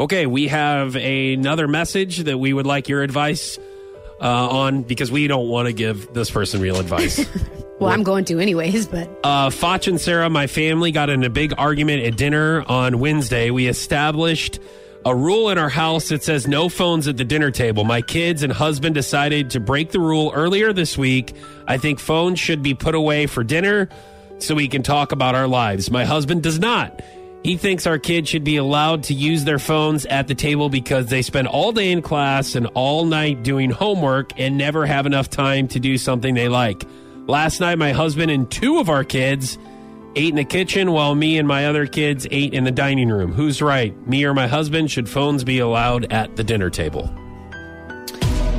Okay, we have another message that we would like your advice uh, on because we don't want to give this person real advice. Well, I'm going to anyways, but Uh, Foch and Sarah, my family got in a big argument at dinner on Wednesday. We established a rule in our house that says no phones at the dinner table. My kids and husband decided to break the rule earlier this week. I think phones should be put away for dinner so we can talk about our lives. My husband does not. He thinks our kids should be allowed to use their phones at the table because they spend all day in class and all night doing homework and never have enough time to do something they like. Last night, my husband and two of our kids ate in the kitchen while me and my other kids ate in the dining room. Who's right? Me or my husband? Should phones be allowed at the dinner table?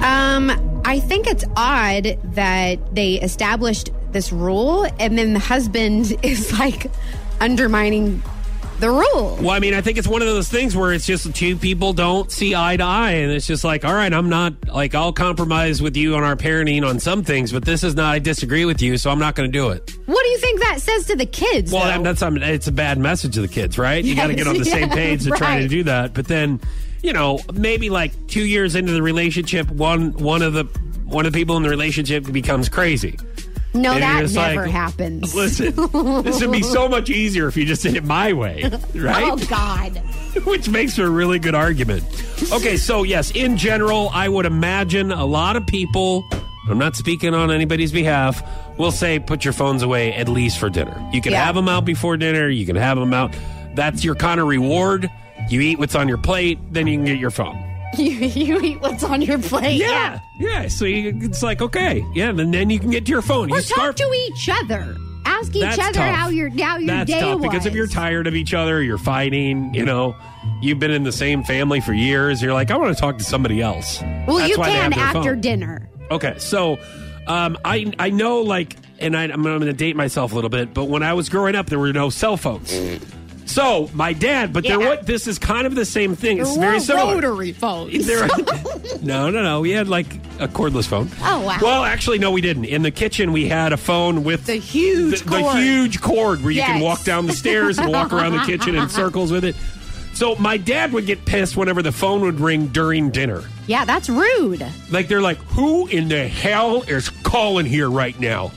um, I think it's odd that they established this rule and then the husband is like undermining the rule. Well, I mean, I think it's one of those things where it's just two people don't see eye to eye, and it's just like, all right, I'm not like I'll compromise with you on our parenting on some things, but this is not. I disagree with you, so I'm not going to do it. What do you think that says to the kids? Well, though? that- that's I mean, it's a bad message to the kids, right? you got to Yes, get on the same yeah, page and try to right. do that. But then, you know, maybe like two years into the relationship, one one of the one of the people in the relationship becomes crazy. no, and you're that just never like, happens. Listen, this would be so much easier if you just did it my way, right? Oh God. which makes for a really good argument. Okay, so yes, in general, I would imagine a lot of people, I'm not speaking on anybody's behalf, will say put your phones away at least for dinner. You can Yeah. have them out before dinner, you can have them out. That's your kind of reward. You eat what's on your plate, then you can get your phone. You, you eat what's on your plate. Yeah. Yeah. So you, it's like, okay. Yeah. Then, then you can get to your phone. Or you talk to each other. Ask each That's other tough. how your how your That's day tough was. because if you're tired of each other, you're fighting. You know, you've been in the same family for years. You're like, I want to talk to somebody else. well, That's you why they have can their after phone. dinner. Okay, so um, I I know like, and I, I'm going to date myself a little bit, but when I was growing up, there were no cell phones. So my dad, but there Yeah. what this is kind of the same thing. It's There very were similar. rotary phones. There- no, no, no. We had like a cordless phone. Oh, wow. Well, actually, no, we didn't. In the kitchen, we had a phone with The huge the, the cord. huge cord where you can Yes. walk down the stairs and walk around the kitchen in circles with it. So my dad would get pissed whenever the phone would ring during dinner. yeah, that's rude. Like they're like, "Who in the hell is calling here right now?"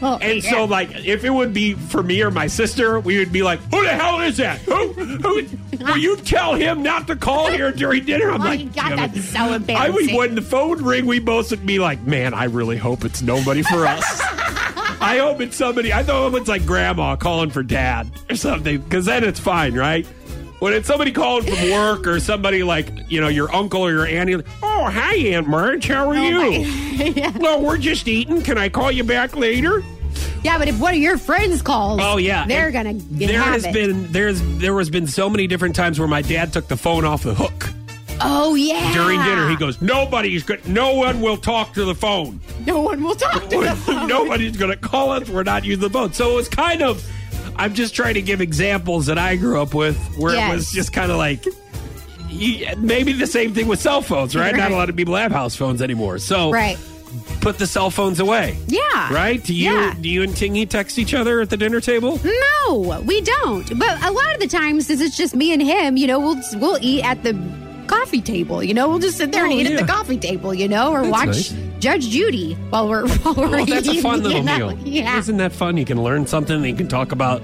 Well, And so, like, if it would be for me or my sister, we would be like, "Who the hell is that? Who? Who? Will you tell him not to call here during dinner?" I'm Oh, like, my God, "Damn it." that's so I embarrassing. would when the phone ring, we both would be like, "Man, I really hope it's nobody for us." I hope it's somebody. I hope it's like grandma calling for dad or something, because then it's fine, right? When it's somebody calling from work or somebody like you know your uncle or your auntie, like, oh hi Aunt Marge, how are Oh you? Well, we're just eating. Can I call you back later? yeah, but if one of your friends calls, Oh yeah, they're And gonna get There have has it. been there's there has been so many different times where my dad took the phone off the hook oh yeah, during dinner. He goes, nobody's going, no one will talk to the phone. no one will talk to them. Nobody's going to call us. We're not using the phone. So it's kind of. I'm just trying to give examples that I grew up with where it was Yes. just kind of like. y- Maybe the same thing with cell phones, right? Not a Right. lot of people have house phones anymore. So Right? put the cell phones away. Yeah. Right? Do you Yeah. do you and Tingy text each other at the dinner table? No, we don't. But a lot of the times, since it's just me and him, you know, we'll we'll eat at the coffee table. You know, we'll just sit there and Oh, eat yeah. at the coffee table. You know, or watch nice. Judge Judy while we're while we're Well, eating. Oh, that's a fun little you know? meal. Yeah, Isn't that fun? You can learn something. You can talk about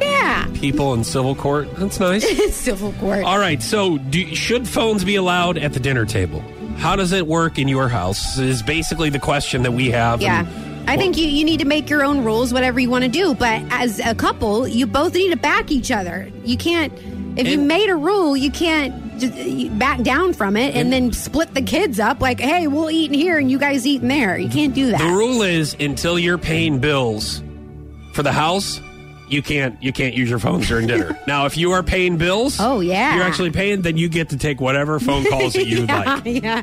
yeah. people in civil court. That's nice. It's civil court. All right. So, do, should phones be allowed at the dinner table? How does it work in your house? Is basically the question that we have. Yeah. And- I think you, you need to make your own rules, whatever you want to do. But as a couple, you both need to back each other. You can't, if you And- made a rule, you can't just you back down from it and, then split the kids up like, hey, we'll eat in here and you guys eat in there. You can't do that. the rule is until you're paying bills for the house, you can't you can't use your phones during dinner. now, if you are paying bills, Oh, yeah. you're actually paying. Then you get to take whatever phone calls that you would like. yeah.